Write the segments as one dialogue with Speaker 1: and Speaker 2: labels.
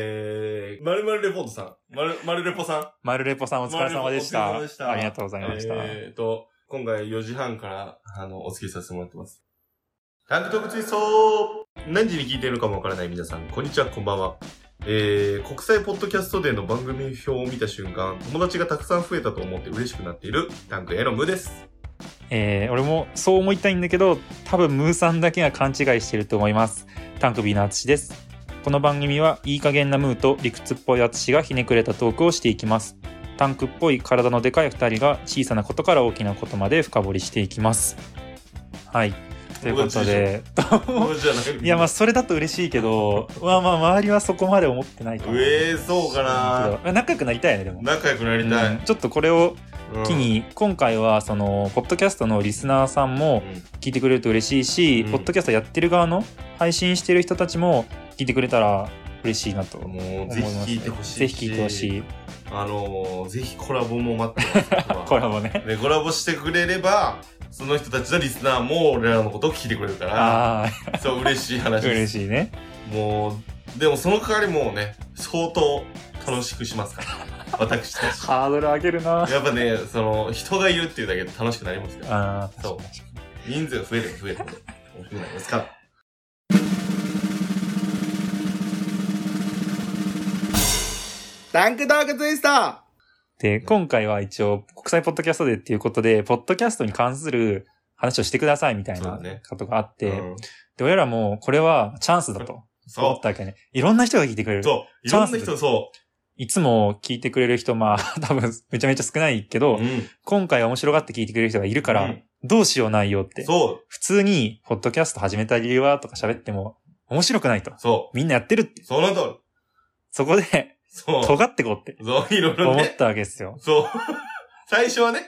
Speaker 1: えー、まるまるレポートさん。まる、まるレポさん。
Speaker 2: マルレポさんお疲れ様でし
Speaker 1: マ
Speaker 2: た。
Speaker 1: ルレポお疲れ様でした
Speaker 2: ありがとうございました。
Speaker 1: えーと、今回4時半から、あの、お付き合いさせてもらってます。タンクトーク追走何時に聞いてるのかもわからない皆さん、こんにちは、こんばんは。えー、国際ポッドキャストデーの番組表を見た瞬間、友達がたくさん増えたと思って嬉しくなっている、タンクエロムです。
Speaker 2: えー俺もそう思いたいんだけど多分ムーさんだけが勘違いしてると思いますタンクビーのあつしですこの番組はいい加減なムーと理屈っぽいあつしがひねくれたトークをしていきますタンクっぽい体のでかい2人が小さなことから大きなことまで深掘りしていきますはいということで
Speaker 1: 友達じゃない
Speaker 2: いやまあそれだと嬉しいけどまあまあ周りはそこまで思ってないかも
Speaker 1: えー、そうかな
Speaker 2: けど仲良くなりたいよねでも
Speaker 1: 仲良くなりた
Speaker 2: うん
Speaker 1: い。
Speaker 2: ちょっとこれを
Speaker 1: うん
Speaker 2: 機、に今回はそのポッドキャストのリスナーさん
Speaker 1: う
Speaker 2: も
Speaker 1: ん
Speaker 2: 聞いてくれると嬉しいし、
Speaker 1: うん
Speaker 2: ポッドキャストやってる側の配信してる人たちも聞いてくれたら嬉しいなと思い
Speaker 1: もう、
Speaker 2: ます
Speaker 1: ぜひ聞いてほしい。
Speaker 2: ぜひ聞いてほし。い
Speaker 1: あのー、ぜひコラボも待ってます。僕は
Speaker 2: コラボね
Speaker 1: でコラボしてくれればその人たちのリスナーも俺らのことを聞いてくれるから
Speaker 2: あ
Speaker 1: そう嬉しい
Speaker 2: あ
Speaker 1: 話で
Speaker 2: 嬉
Speaker 1: す
Speaker 2: しいね
Speaker 1: もうでもその代わりもうね相当楽しくしますから 私たち
Speaker 2: ハードル上げるな
Speaker 1: やっぱねその人がいるっていうだけで楽しくなりますから
Speaker 2: あー
Speaker 1: そう
Speaker 2: 確かに
Speaker 1: 人数が増えれば増えるほど大きくなりますから
Speaker 3: タンクトークツイスト
Speaker 2: で今回は一応国際ポッドキャストでっていうことでポッドキャストに関する話をしてくださいみたい
Speaker 1: そう
Speaker 2: な
Speaker 1: だね
Speaker 2: ことがあって、
Speaker 1: うん
Speaker 2: で俺らもこれはチャンスだと思っ
Speaker 1: そ
Speaker 2: たわけねいろんな人が聞いてくれ
Speaker 1: う
Speaker 2: る
Speaker 1: そういろんな人そ
Speaker 2: いつも聞いてくれる人まあ 多分めちゃめちゃ少ないけど、
Speaker 1: う、うん、
Speaker 2: 今回面白がって聞いてくれる人がいるから、
Speaker 1: うん
Speaker 2: どうしよう内容って。
Speaker 1: そう
Speaker 2: 普通に、ポッドキャスト始めた理由はとか喋っても、面白くないと。
Speaker 1: そ
Speaker 2: みんなやってるって
Speaker 1: う。その通り
Speaker 2: そこで、
Speaker 1: そう
Speaker 2: 尖ってこうって
Speaker 1: そういろいろ
Speaker 2: 思
Speaker 1: ね
Speaker 2: ったわけですよ。
Speaker 1: そう。 最初はね。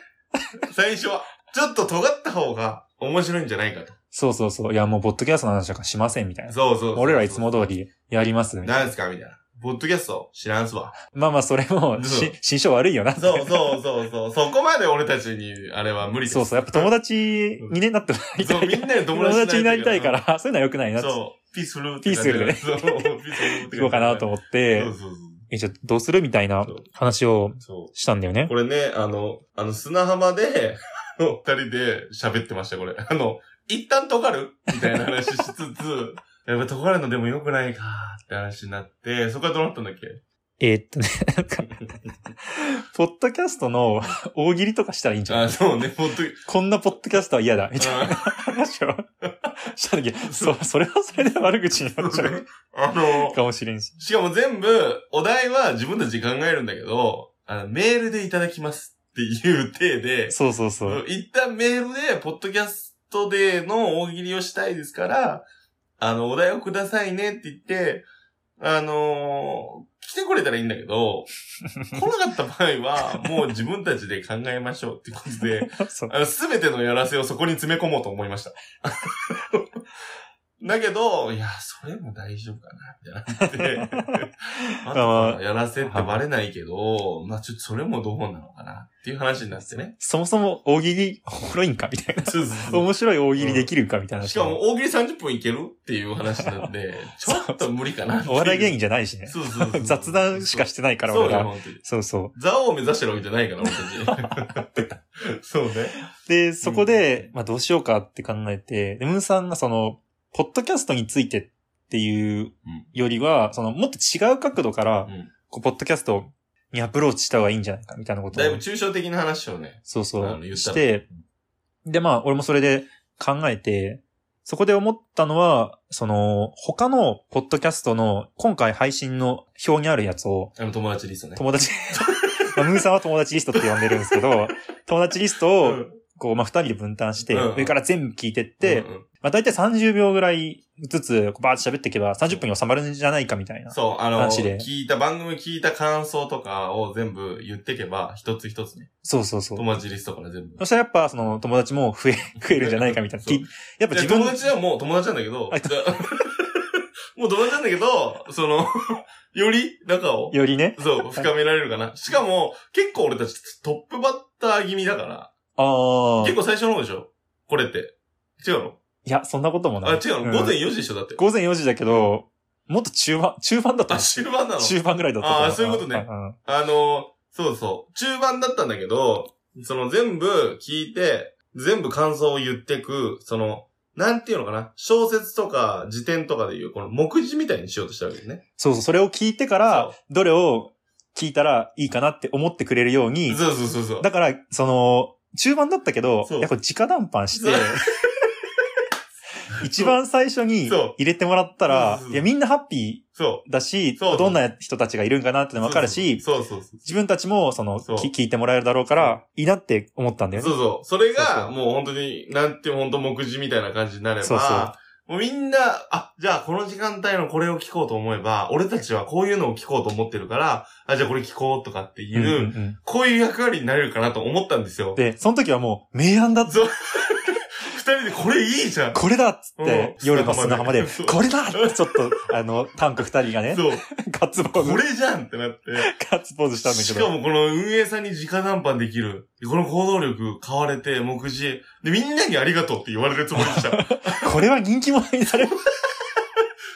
Speaker 1: 最初は。ちょっと尖った方が面白いんじゃないかと。
Speaker 2: そうそうそう。いや、もう、ポッドキャストの話とかしませんみたいな。
Speaker 1: そうそうそう
Speaker 2: 俺らいつも通。りやりますみたいな。
Speaker 1: なんすかみたいな。ポッドキャスト知らんすわ。
Speaker 2: まあまあ、それも、
Speaker 1: そう
Speaker 2: し、心象悪いよなって。
Speaker 1: そうそうそうそう。そこまで俺たちに、あれは無理です。
Speaker 2: そうそう。やっぱ友達にねなってもらいた
Speaker 1: そう、み
Speaker 2: い。
Speaker 1: んなで友
Speaker 2: 友
Speaker 1: 達
Speaker 2: 達になりたいか。ら、そういうのは良くないなって。
Speaker 1: そう。ピースフルって
Speaker 2: ピースフルで
Speaker 1: そう、ピースフルって
Speaker 2: 行こうかなと
Speaker 1: 思
Speaker 2: 思っ
Speaker 1: そ
Speaker 2: て
Speaker 1: う、そう
Speaker 2: え、じゃあどうするみたいな
Speaker 1: そう
Speaker 2: 話を
Speaker 1: そう。そ
Speaker 2: したんだよね
Speaker 1: う。。 これね、あの、あの、砂浜で、 あの二人で喋ってました、これ。あの、一旦尖るみたいな話しつつ、 やっぱ尖るのでも良くないかって話になって、そこはどうなったんだっけ
Speaker 2: えーっとね、なん か、ポッドキャストの 大喜利とかしたらいいんじゃな
Speaker 1: あ、
Speaker 2: い
Speaker 1: そうね、ほんとに。
Speaker 2: こんなポッドキャストは嫌だ、みたいな話を した時、そ、それはそれで悪口 になっちゃう
Speaker 1: あの、
Speaker 2: かもしれんし。
Speaker 1: しかも全部、お題は自分たちで考えるんだけど、あの、メールでいただきますっていう体で、
Speaker 2: そうそうそう。
Speaker 1: 一旦メールで、ポッドキャストでの大喜利をしたいですから、あの、お題をくださいねって言って、あのー来てくれたらいいんだけど、来なかった場合は、もう自分たちで考えましょうってこと で、
Speaker 2: そう
Speaker 1: あの、すべてのやらせをそこに詰め込もうと思いました。 だけど、いや、それも大丈夫かな、みたいになって。あとはやらせってバレないけど、まあちょっとそれもどうなのかな、っていう話になって ね。
Speaker 2: そもそも大喜利、おもろいんかみたいな。
Speaker 1: そうそうそう
Speaker 2: 面白い大喜利できるかみたいな。
Speaker 1: しか、も大喜利30分いけるっていう話なん で、ちょっと無理かなっていう
Speaker 2: お笑い芸人じゃないしね。
Speaker 1: そうそうそう
Speaker 2: 雑談しかしてないから、
Speaker 1: そう
Speaker 2: 俺
Speaker 1: よ、
Speaker 2: ら。
Speaker 1: 本当に。
Speaker 2: そうそ
Speaker 1: 座王を目指してるわけじゃないから、俺 たち。そうね。
Speaker 2: う。で、そこで、まあどうしようかって考えて、でムーさんがその、ポッドキャストについてっていうよりは、その、もっと違う角度から
Speaker 1: う、ん
Speaker 2: こう、ポッドキャストにアプローチした方がいいんじゃないか、みたいなことを
Speaker 1: だいぶ抽象的な話をね。
Speaker 2: そうそ
Speaker 1: あの言った
Speaker 2: う、
Speaker 1: の
Speaker 2: して、で、まあ、俺もそれで考えて、そこで思ったのは、その、他のポッドキャストの、今回配信の表にあるやつを、
Speaker 1: あの、友達リストね。
Speaker 2: 友 達、まあムーさんは友達リストって呼んでるんですけど、友達リストを、こう、まあ、二人で分担して、
Speaker 1: うん
Speaker 2: 上から全部聞いてっ
Speaker 1: で、
Speaker 2: て、
Speaker 1: うん
Speaker 2: まあ、大体30秒ぐらいずつ、こうバーッと喋っていけば、30分に収まるんじゃないかみたいな。
Speaker 1: そう、あの、
Speaker 2: 話で
Speaker 1: 聞いた、番組聞いた感想とかを全部言ってけば、一つ一つね。
Speaker 2: そうそうそう。
Speaker 1: 友達リストから全部。
Speaker 2: そしたらやっぱ、その、友達も増え、 増えるんじゃないかみたいな。
Speaker 1: そう
Speaker 2: きやっぱ自
Speaker 1: い
Speaker 2: 分
Speaker 1: や友、達はもう友達なんだけど、
Speaker 2: あ
Speaker 1: だ もう友達なんだけど、その、 より仲を、
Speaker 2: よりね。
Speaker 1: そう、深められるかな。しかも、結構俺たちトップバッター気味だから、
Speaker 2: ああ。
Speaker 1: 結構最初の方でしょこれって。違うの
Speaker 2: いや、そんなこともない。
Speaker 1: あ、違うの
Speaker 2: ん
Speaker 1: 午前4時でしょだって。
Speaker 2: 午前4時だけど、もっと中盤、中盤だった
Speaker 1: あ、
Speaker 2: の
Speaker 1: 終盤なの
Speaker 2: 中盤ぐらいだったと思
Speaker 1: あーそういうことね
Speaker 2: んうん
Speaker 1: あの、そうそう。中盤だったんだけど、その全部聞いて、全部感想を言ってく、その、なんていうのかな。小説とか辞典とかでいう、この目次みたいにしようとしたわけですね。
Speaker 2: そうそう、それを聞いてから、どれを聞いたらいいかなって思ってくれるように、
Speaker 1: そうそうそうそう。
Speaker 2: だから、その、中盤だったけど、
Speaker 1: そう
Speaker 2: やっぱ直談判し
Speaker 1: そ
Speaker 2: て
Speaker 1: う、
Speaker 2: 一番最初に
Speaker 1: そう
Speaker 2: 入れてもらった
Speaker 1: そ
Speaker 2: ら
Speaker 1: うそうそ、う
Speaker 2: いや、みんなハッピ
Speaker 1: そ
Speaker 2: ーだし、
Speaker 1: そうそう
Speaker 2: どんな人たちがいるんかなって
Speaker 1: う。
Speaker 2: のもわかるし、
Speaker 1: そうそうそう。
Speaker 2: 自分たちも、その、
Speaker 1: そう
Speaker 2: き聞いてもらえるだろうから、いいなって思ったんだよね。
Speaker 1: そうそう。それ
Speaker 2: そう
Speaker 1: が、
Speaker 2: そう
Speaker 1: もう本当に、なんて本当目次みたいな感じになれば、
Speaker 2: そうそう
Speaker 1: もうみんな、あ、じゃあこの時間帯のこれを聞こうと思えば、俺たちはこういうのを聞こうと思ってるから、あ、じゃあこれ聞こうとかっていう、
Speaker 2: うんうんうん
Speaker 1: こういう役割になれるかなと思ったんですよ。
Speaker 2: で、その時はもう、明暗だっ
Speaker 1: そう 二人でこれいいじゃん。
Speaker 2: これだっつっ
Speaker 1: うん
Speaker 2: て、夜の砂浜で
Speaker 1: そう、
Speaker 2: これだってちょっと、あの、タンク二人がね、
Speaker 1: そう。
Speaker 2: ガッツポー
Speaker 1: こ
Speaker 2: ズ、
Speaker 1: れじゃんってなって。
Speaker 2: ガッツポーズしたんだけ
Speaker 1: しか
Speaker 2: ど、
Speaker 1: もこの運営さんに直談判できる。この行動力買われて、目次。で、みんなにありがとうって言われるつもりでした。
Speaker 2: これは人気者になれる。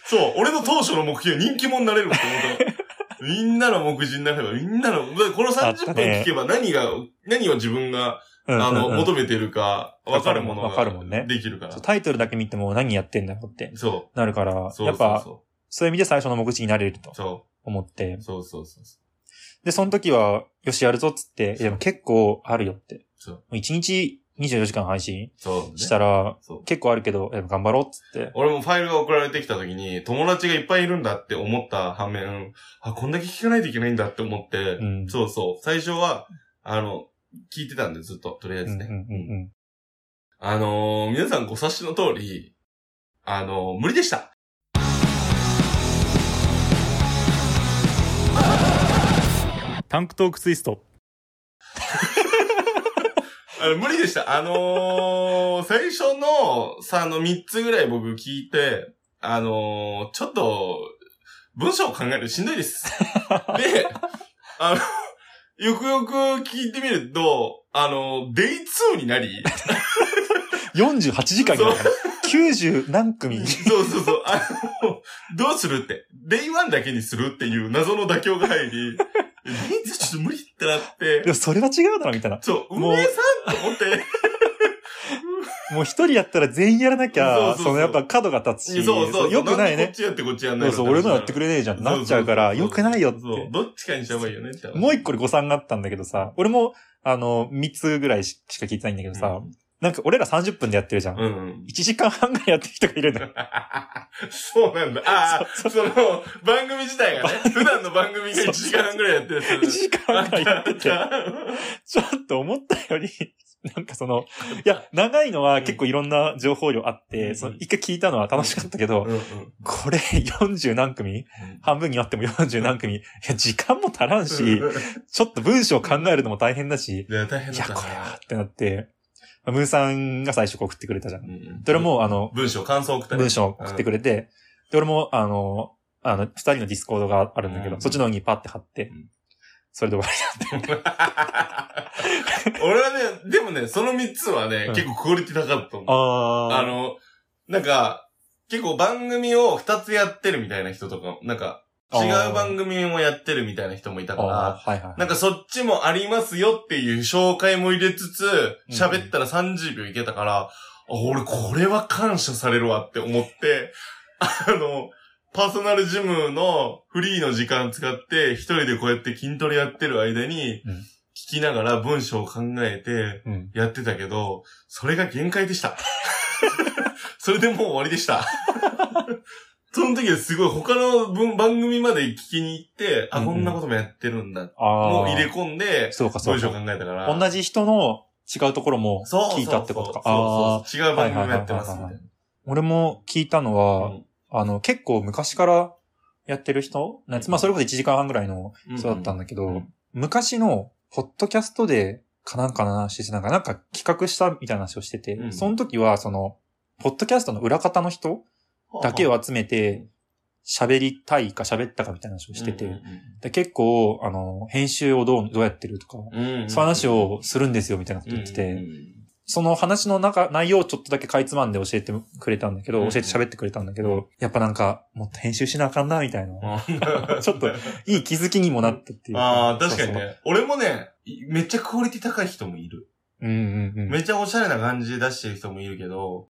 Speaker 1: そう。俺の当初の目標、人気者になれるって思った。 みんなの目次になれば、みんなの、だからこの
Speaker 2: あっ
Speaker 1: 30
Speaker 2: た
Speaker 1: 分
Speaker 2: ね
Speaker 1: 聞けば何が、何を自分が、
Speaker 2: うん
Speaker 1: あの、
Speaker 2: うんうん
Speaker 1: 求めてるか、わかるもの
Speaker 2: わかるもん
Speaker 1: が
Speaker 2: ね
Speaker 1: できるから
Speaker 2: そう。タイトルだけ見ても何やってんだろうって
Speaker 1: そ
Speaker 2: なるから
Speaker 1: う。、そう
Speaker 2: やっぱ、
Speaker 1: そ
Speaker 2: そういう意味で最初の目次になれると
Speaker 1: うそ
Speaker 2: 思って
Speaker 1: う。。そうそうそうそう。
Speaker 2: で、その時は、よし、やるぞっつって、いやでも結構あるよって。
Speaker 1: そう
Speaker 2: も1日24時間配信
Speaker 1: そう、ね。
Speaker 2: したら、
Speaker 1: そう。
Speaker 2: 結構あるけど、いや頑張ろうっつって。
Speaker 1: 俺もファイルが送られてきた時に、友達がいっぱいいるんだって思った反面、あ、こんだけ聞かないといけないんだって思って、
Speaker 2: うん
Speaker 1: そうそう。最初は、あの、聞いてたんで、ずっと、とりあえずね。
Speaker 2: うんうんうんうん
Speaker 1: あのー皆さんご察しの通り、あのー無理でした。
Speaker 2: タンクトークツイスト。
Speaker 1: あの無理でした。あ のー最初の、さ、あの、3つぐらい僕聞いて、あのーちょっと、文章を考えるのしんどい です。で、あの、よくよく聞いてみると、あの、デイ2になり、
Speaker 2: 48時間やから。90何組。
Speaker 1: そうそうそう。あの、どうするって。デイ1だけにするっていう謎の妥協が入り、 デイ2ちょっと無理ってなって
Speaker 2: で、もそれは違うだろ、みたいな。
Speaker 1: そう、
Speaker 2: もう
Speaker 1: 運営さんと思 って、
Speaker 2: もう一人やったら全員やらなきゃ、
Speaker 1: そうそうそう
Speaker 2: そのやっぱ角が立つし、
Speaker 1: そうそう。
Speaker 2: よくない
Speaker 1: んでこ
Speaker 2: ね
Speaker 1: っ。ちやってこっちやんな
Speaker 2: そ
Speaker 1: いう
Speaker 2: そう、俺のやって
Speaker 1: れ
Speaker 2: くれねえじゃんってなっちゃうから、よくないよって。
Speaker 1: そう、どっちかにした方がいいよねって。
Speaker 2: もう一個で誤算があったんだけどさ、俺も、あの、3つぐらいししか聞いてないんだけどさ、なんか俺ら30分でやってるじゃん。
Speaker 1: うんうん。
Speaker 2: 1時間半ぐらいやってる人がいるんだよ。
Speaker 1: そうなんだ。 ああ、
Speaker 2: そ
Speaker 1: その、番組自体がね、普段の番組が1時間半ぐらいやってるや
Speaker 2: 1
Speaker 1: つ。
Speaker 2: 時間半ぐらいやってて、ちょっと思ったより、 なんかその、いや、長いのは結構いろんな情報量あって、
Speaker 1: うん
Speaker 2: その一回聞いたのは楽しかったけど、
Speaker 1: うんうん
Speaker 2: これ40何組半分になっても40何組いや、時間も足らんし、ちょっと文章考えるのも大変だし、
Speaker 1: いや、大変
Speaker 2: い
Speaker 1: だ
Speaker 2: や、
Speaker 1: ったな
Speaker 2: これはってなって、まあムーさんが最初送ってくれたじゃん
Speaker 1: う。んうん
Speaker 2: それ、も、あの、
Speaker 1: 文章、感想送ったり
Speaker 2: 文章を送ってくれて、で、俺も、あの、あの、二人のディスコードがあるんだけど、
Speaker 1: うん
Speaker 2: そっちの方にパッて貼って、
Speaker 1: うん
Speaker 2: それで終わ
Speaker 1: 俺はね、でもね、その3つはね
Speaker 2: う、ん
Speaker 1: 結構クオリティ高かったと思う
Speaker 2: り。あ
Speaker 1: あの、なんか、結構番組を二つやってるみたいな人とか、なんか、
Speaker 2: あー
Speaker 1: 違う番組もやってるみたいな人もいたから、
Speaker 2: はいはい。
Speaker 1: なんかそっちもありますよっていう紹介も入れつつ、
Speaker 2: うん
Speaker 1: 喋ったら30秒いけたから、あ俺これは感謝されるわって思って、 あの、パーソナルジムのフリーの時間使って、一人でこうやって筋トレやってる間に
Speaker 2: うん、
Speaker 1: 聞きながら文章を考えて、
Speaker 2: うん。
Speaker 1: やってたけど、それが限界でした。 それでもう終わりでした。 その時はすごい他の分番組まで聞きに行って、あ、
Speaker 2: うんうん
Speaker 1: こんなこともやってるんだ。
Speaker 2: ああ。
Speaker 1: もう入れ込んで、
Speaker 2: そうか、そう
Speaker 1: 文章考
Speaker 2: か。
Speaker 1: えたから。
Speaker 2: 同じ人の違うところも
Speaker 1: そうそうそう
Speaker 2: 聞いたってことか。
Speaker 1: そう
Speaker 2: ああ。
Speaker 1: そうそう違う番組もやってますみたいな。
Speaker 2: 俺も聞いたのは、
Speaker 1: うん
Speaker 2: あの、結構昔からやってる人のやつまあ、それこそ1時間半ぐらいの人だったんだけど、
Speaker 1: うんうん
Speaker 2: 昔の、ポッドキャストで、かなんかの話して、なんか、なんか企画したみたいな話をしてて、
Speaker 1: うん
Speaker 2: その時は、その、ポッドキャストの裏方の人だけを集めて、喋りたいか喋ったかみたいな話をしてて、
Speaker 1: うんうん
Speaker 2: で結構、あの、編集をどう、どうやってるとか、
Speaker 1: うん、うんうん
Speaker 2: そういう話をするんですよみたいなこと言ってて、
Speaker 1: うんうん
Speaker 2: その話の中、内容をちょっとだけかいつまんで教えてくれたんだけど、
Speaker 1: うんうん
Speaker 2: 教えて喋ってくれたんだけど、やっぱなんか、もっと編集しなあかんな、みたいな。ちょっと、いい気づきにもなったっていう。
Speaker 1: ああ、確かに
Speaker 2: そうそう。
Speaker 1: ね。俺もね、いめっちゃクオリティ高い人もいる。
Speaker 2: うんうんうん。
Speaker 1: めっちゃおしゃれな感じで出してる人もいるけど、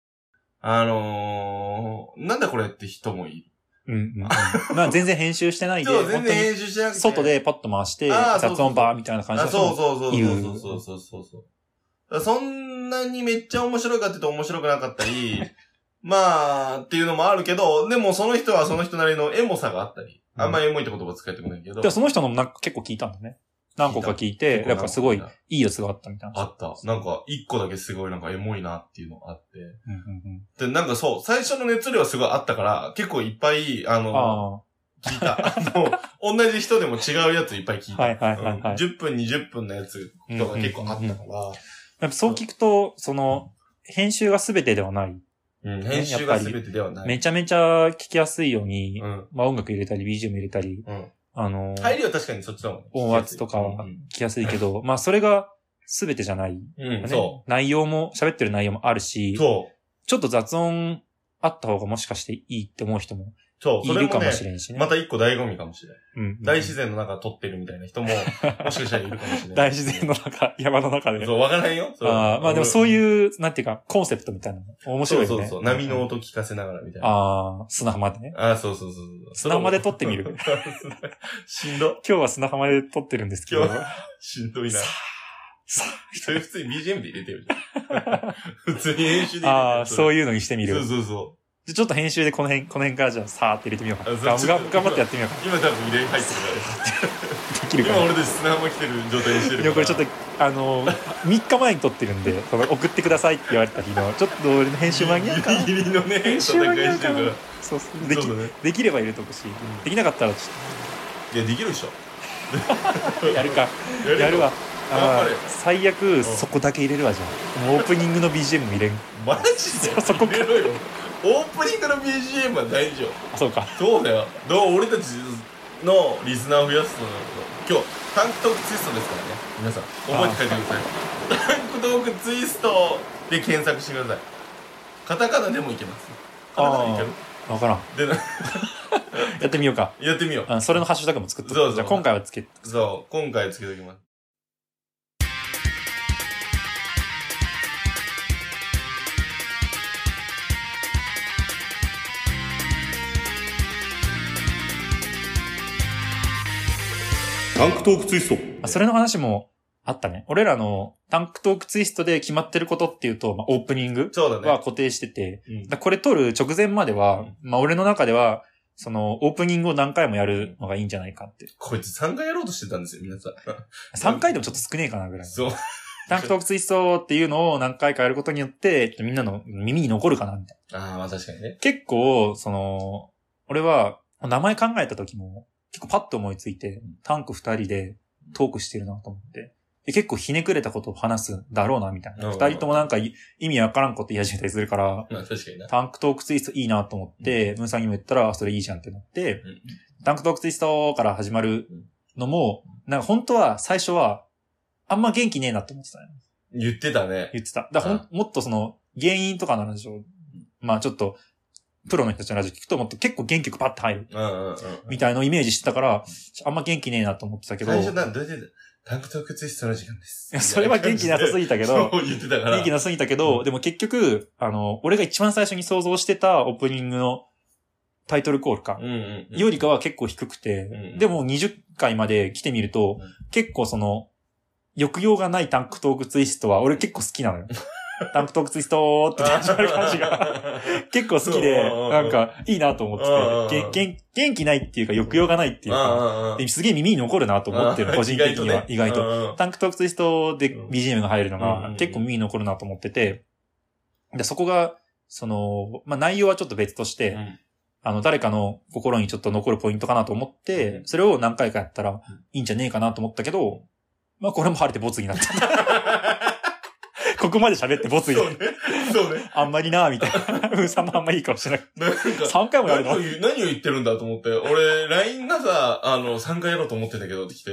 Speaker 1: あのー、なんだこれって人もい
Speaker 2: うんうんうん、まあ全然編集してない
Speaker 1: る。
Speaker 2: で、
Speaker 1: そう、
Speaker 2: 本
Speaker 1: 全
Speaker 2: 当
Speaker 1: 然
Speaker 2: に
Speaker 1: 編集しなくて。
Speaker 2: 外でパッと回して、
Speaker 1: あー
Speaker 2: 雑
Speaker 1: そうそう
Speaker 2: 音バーみたいな感じ
Speaker 1: あ、
Speaker 2: の人
Speaker 1: そう
Speaker 2: も
Speaker 1: そうそう
Speaker 2: 言う
Speaker 1: そうそうそうそうそうだからそんなにめっちゃ面白いかって言うと面白くなかったり、 まあ、っていうのもあるけど、でもその人はその人なりのエモさがあったり、あんまりエモいって言葉使いたくないけど。
Speaker 2: でもその人のもなんか結構聞いたんだね。何個か聞いて、なんかすごいいいやつがあったみたいな。
Speaker 1: あった。なんか、一個だけすごいなんかエモいなっていうのがあって。
Speaker 2: うんうん
Speaker 1: で、なんかそう、最初の熱量はすごいあったから、結構いっぱい、あ
Speaker 2: うん、
Speaker 1: の、
Speaker 2: あ
Speaker 1: 聞いた。あの、同じ人でも違うやついっぱい聞いた。
Speaker 2: はいはいはいはい
Speaker 1: うん10分、20分のやつ
Speaker 2: あ。
Speaker 1: とか結構あったか
Speaker 2: やっぱそう聞くと、その、編集が全てではない。
Speaker 1: ら、うん、編集が全てではない。
Speaker 2: めちゃめちゃ聞きやすいように、
Speaker 1: うん。
Speaker 2: まあ音楽入れたり、BGM 入れたり、
Speaker 1: うん
Speaker 2: あの、
Speaker 1: 入りは確かにそっちだもんね。
Speaker 2: 音圧とかは
Speaker 1: うん
Speaker 2: 聞きやすいけど、まあそれが全てじゃない、
Speaker 1: うん、
Speaker 2: ね
Speaker 1: そ
Speaker 2: 内容も、喋ってる内容もあるし
Speaker 1: う。、そう。
Speaker 2: ちょっと雑音あった方がもしかしていいって思う人も
Speaker 1: そう。
Speaker 2: い
Speaker 1: それ
Speaker 2: るか
Speaker 1: も
Speaker 2: も
Speaker 1: ね
Speaker 2: し、れんしね。
Speaker 1: また一個醍醐味かもしれない。
Speaker 2: うんうん
Speaker 1: 大自然の中撮ってるみたいな人も、 もしかしたらいるかもしれない。
Speaker 2: 大自然の中、山の中で。
Speaker 1: そう、わからないよ。そう
Speaker 2: あーまあでもそう
Speaker 1: う
Speaker 2: いう、なんていうか、コンセプトみたいなの。面白いよ
Speaker 1: そ
Speaker 2: ね。
Speaker 1: うそうそう。波の音聞かせながらみたいな。あ
Speaker 2: ああ、砂浜でね。
Speaker 1: あー、そうそうそうそう。
Speaker 2: 砂浜で撮ってみる
Speaker 1: しんど。
Speaker 2: 今日は砂浜で撮ってるんですけど。
Speaker 1: 今しんどいな
Speaker 2: さ。さ
Speaker 1: それ普通に BGM で入れてるじゃ ん。普通に編集で入れてる。
Speaker 2: ああ、そう
Speaker 1: いう。
Speaker 2: いうのにしてみる
Speaker 1: そう。そうそ
Speaker 2: じゃあちょっと編集でこの辺、この辺からじゃあさーって入れてみようか。
Speaker 1: あそう
Speaker 2: が
Speaker 1: ちょっ
Speaker 2: が
Speaker 1: と
Speaker 2: 頑張ってやってみようか。
Speaker 1: う。今多分入れ入ってるか。
Speaker 2: できるから
Speaker 1: 今
Speaker 2: な。
Speaker 1: 俺たち砂浜来てる状態にしてる
Speaker 2: い
Speaker 1: から。
Speaker 2: や、これちょっと、あのー、3日前に撮ってるんで、その送ってくださいって言われた日の、ちょっと俺の編集間に合うかな。
Speaker 1: ギリギリのね、
Speaker 2: 編集間に合うか
Speaker 1: 戦い
Speaker 2: な
Speaker 1: し。
Speaker 2: そうそう。
Speaker 1: て
Speaker 2: で
Speaker 1: るから
Speaker 2: き
Speaker 1: そう、だね。
Speaker 2: できれば入れとくし、できなかったらちょ
Speaker 1: いや、できるでしょ。
Speaker 2: っとやるか。
Speaker 1: や
Speaker 2: やるわ。
Speaker 1: 頑張
Speaker 2: あ
Speaker 1: れ
Speaker 2: ー最悪、そこだけ入れるわ、じゃあ。もうオープニングの BGM も入れん。
Speaker 1: マジで
Speaker 2: そそこか
Speaker 1: 入れろよ。オープニングの BGM は大丈夫。
Speaker 2: あそうか。
Speaker 1: そうだよ。どう俺たちのリスナーを増やすとなると、今日、タンクトークツイストですからね。皆さん、覚えて帰ってください。タンクトークツイストで検索してください。カタカナでもいけます。カタカナでいける
Speaker 2: わからん。
Speaker 1: でな、
Speaker 2: やってみようか。
Speaker 1: やってみよう。
Speaker 2: うんそれのハッシュタグも作っとく
Speaker 1: そうそう
Speaker 2: じゃあ今回はつけ、
Speaker 1: そう、今回つけときます。
Speaker 3: タンクトークツイスト。
Speaker 2: あそれの話もあったね。俺らのタンクトークツイストで決まってることっていうと、まあ、オープニング
Speaker 1: そうだ
Speaker 2: は
Speaker 1: ね。
Speaker 2: 固定してて、
Speaker 1: うん
Speaker 2: だこれ撮る直前までは、まあ、俺の中では、その、オープニングを何回もやるのがいいんじゃないかって。
Speaker 1: こいつ3回やろうとしてたんですよ、皆さん。
Speaker 2: 3回でもちょっと少ねえかなぐらい。
Speaker 1: そう。
Speaker 2: タンクトークツイストっていうのを何回かやることによって、えっとみんなの耳に残るかな、みたい
Speaker 1: ああ、まあ確かにね。
Speaker 2: な。結構、その、俺は、名前考えた時も、結構パッと思いついて、タンク二人でトークしてるなと思って。で結構ひねくれたことを話すだろうな、みたい
Speaker 1: うん
Speaker 2: な。二人ともなんかい意味わからんこと言い始めたりするから、
Speaker 1: まあ確かにな。
Speaker 2: タンクトークツイストいいなと思って、ムーさんにも言ったら、あそれいいじゃんってなって、
Speaker 1: うん
Speaker 2: タンクトークツイストから始まるのも、なんか本当は最初は、あんま元気ねえなって思ってたね。
Speaker 1: 言ってたね。
Speaker 2: 言ってた。だからほんもっとその、原因とかの話を、まあちょっと、プロの人たちのラジオ聞くともっと結構元気よくパッて入る。
Speaker 1: うんうんうん。
Speaker 2: みたいのをイメージしてたから、あんま元気ねえなと思ってたけど。
Speaker 1: 最初
Speaker 2: い
Speaker 1: な、どうやってタンクトークツイストの時間です。
Speaker 2: や、それは元気なさすぎたけど、
Speaker 1: そう言ってたから。
Speaker 2: 元気なさすぎたけど、でも結局、あの、俺が一番最初に想像してたオープニングのタイトルコールか
Speaker 1: う、んうんうん。
Speaker 2: よりかは結構低く
Speaker 1: う
Speaker 2: て
Speaker 1: ん、
Speaker 2: でも20回まで来てみると
Speaker 1: うん、
Speaker 2: 結構その、抑揚がないタンクトークツイストは俺結構好きなのよ。 タンクトークツイストーって始まる感じが。結構好きで
Speaker 1: うんうんう、ん
Speaker 2: なんか、いいなと思って
Speaker 1: うんうんう
Speaker 2: て
Speaker 1: ん、
Speaker 2: げん元気ないっていうか、抑揚がないっていうか、
Speaker 1: ああ
Speaker 2: ですげえ耳に残るなと思ってる、個人的には、意外。
Speaker 1: う
Speaker 2: と。
Speaker 1: んうん
Speaker 2: タンクトークツイストで
Speaker 1: うん
Speaker 2: BGM が入るの
Speaker 1: うんうんう
Speaker 2: が
Speaker 1: ん、
Speaker 2: 結構耳に残るなと思ってて、で、そこが、その、まあ、内容はちょっと別とし
Speaker 1: う
Speaker 2: て、
Speaker 1: ん
Speaker 2: あの、誰かの心にちょっと残るポイントかなと思っ
Speaker 1: う
Speaker 2: て
Speaker 1: ん、
Speaker 2: それを何回かやったらいいんじゃねえかなと思ったけど、まあ、これも晴れてボツになった。 ここまで喋ってボツ
Speaker 1: そう
Speaker 2: になっ
Speaker 1: ね。そうね。
Speaker 2: た。あんまりなぁ、みたい な。うんさんもあんまいいかもしれな
Speaker 1: な
Speaker 2: い。
Speaker 1: ん か、
Speaker 2: 3回もやる
Speaker 1: 何
Speaker 2: の
Speaker 1: を言う何を言ってるんだと思って、俺、LINE がさ、あの、3回やろうと思ってんだけどって来て、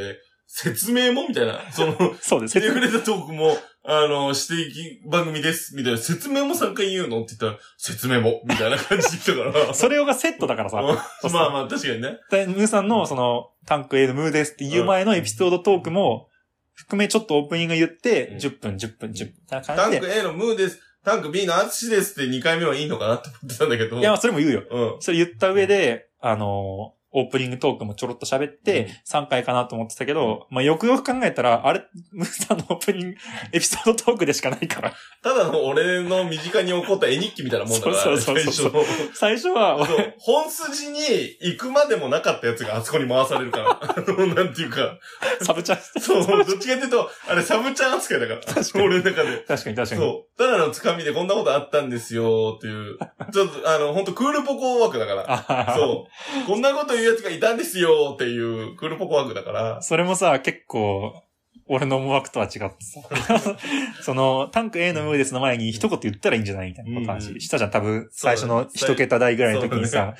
Speaker 1: 説明もみたいな。その、
Speaker 2: そうです。
Speaker 1: ひねくれたトークも、あの、していき、番組です、みたいな、説明も3回言うのって言ったら、説明も、みたいな感じで来たから。
Speaker 2: それがセットだからさ。
Speaker 1: うんまあまあ、確かにね。
Speaker 2: でムーさんのその、タンク A のムーですって言う前のエピソードトークも、含めちょっとオープニング言って、
Speaker 1: うん
Speaker 2: 10分、10分、10分、みたいな
Speaker 1: タ
Speaker 2: 感
Speaker 1: ン
Speaker 2: じ
Speaker 1: ク
Speaker 2: で。
Speaker 1: A のムーです。タンク B のアツシですって2回目はいいのかなって思ってたんだけど。
Speaker 2: いや、まあそれも言うよ。
Speaker 1: うん。
Speaker 2: それ言った上で、あのー、オープニングトークもちょろっと喋って、3回かなと思ってたけど、まあ、よくよく考えたら、あれ、ムーさんのオープニン グ、エピソードトークでしかないから。
Speaker 1: ただの俺の身近に起こった絵日記みたいなもんだから、
Speaker 2: そうそうそうそう
Speaker 1: 最初
Speaker 2: 最初 は、
Speaker 1: そう本筋に行くまでもなかったやつがあそこに回される から。あの、なんていうか。
Speaker 2: サブチャン
Speaker 1: そう、どっちかっていうと、あれサブチャン扱いだから。
Speaker 2: 確かに
Speaker 1: 俺の中で。
Speaker 2: 確かに確かに。
Speaker 1: そう。ただのつかみでこんなことあったんですよっていう。ちょっと、あの、ほんとクールポコ枠だから。
Speaker 2: あはは
Speaker 1: そう。こんなこと言うやつがいたんですよっていうクールポコ枠だから。
Speaker 2: それもさ、結構、俺の思惑とは違って さ。その、タンク A のムーですの前に一言言ったらいいんじゃないみたいな
Speaker 1: うんう
Speaker 2: 話
Speaker 1: ん
Speaker 2: したじゃん。多分、
Speaker 1: そうだ
Speaker 2: 最
Speaker 1: ね
Speaker 2: 初の一桁台ぐらいの時にさ。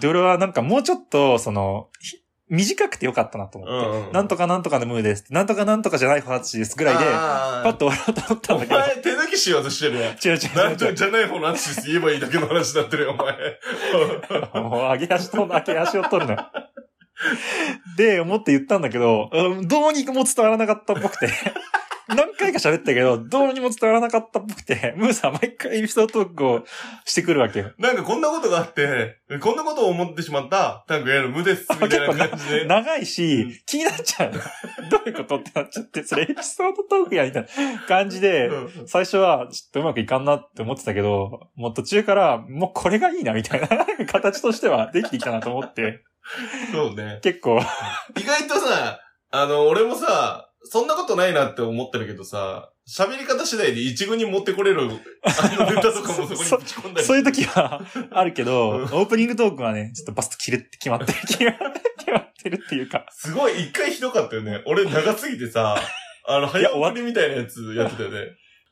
Speaker 2: で、俺はなんかもうちょっと、その、ひ短くてよかったなと思っ
Speaker 1: う
Speaker 2: て。
Speaker 1: んうん
Speaker 2: なんとかなんとかのムーです。なんとかなんとかじゃない方たちですぐらいで、
Speaker 1: あー
Speaker 2: パッと笑おうと思ったん
Speaker 1: お
Speaker 2: だけど。
Speaker 1: 前手抜きしようとしてるやん。
Speaker 2: 違う違
Speaker 1: な
Speaker 2: うん
Speaker 1: と
Speaker 2: 違
Speaker 1: じゃない方の話です。言えばいいだけの話になってるよ、お前。
Speaker 2: う。もう上げ足と、上げ足を取るの。で、思って言ったんだけど、うんどうにも伝わらなかったっぽくて。 何回か喋ったけど、どうにも伝わらなかったっぽくて、ムーさん毎回エピソードトークをしてくるわけよ。
Speaker 1: なんかこんなことがあって、こんなことを思ってしまった、タンクやる無です、みたいな感じで。
Speaker 2: 長いうし、気になっちゃうの。どういうことってなっちゃって、それエピソードトークや、みたいな感じで、
Speaker 1: うん
Speaker 2: 最初は、ちょっとうまくいかんなって思ってたけど、もう途中から、もうこれがいいな、みたいな、形としてはできてきたなと思って、
Speaker 1: そうね。
Speaker 2: 結構、
Speaker 1: 意外とさ、あの、俺もさ、そんなことないなって思ってるけどさ、喋り方次第で一軍に持ってこれる、あのネタとかもそこにぶち込んだり。
Speaker 2: そういう時はあるけど、
Speaker 1: うん
Speaker 2: オープニングトークはね、ちょっとバスと切るって決まってる、決まって決まってるっていうか、
Speaker 1: すごい、一回ひどかったよね。俺長すぎてさ、あの、早送りみたいなやつやってたよね。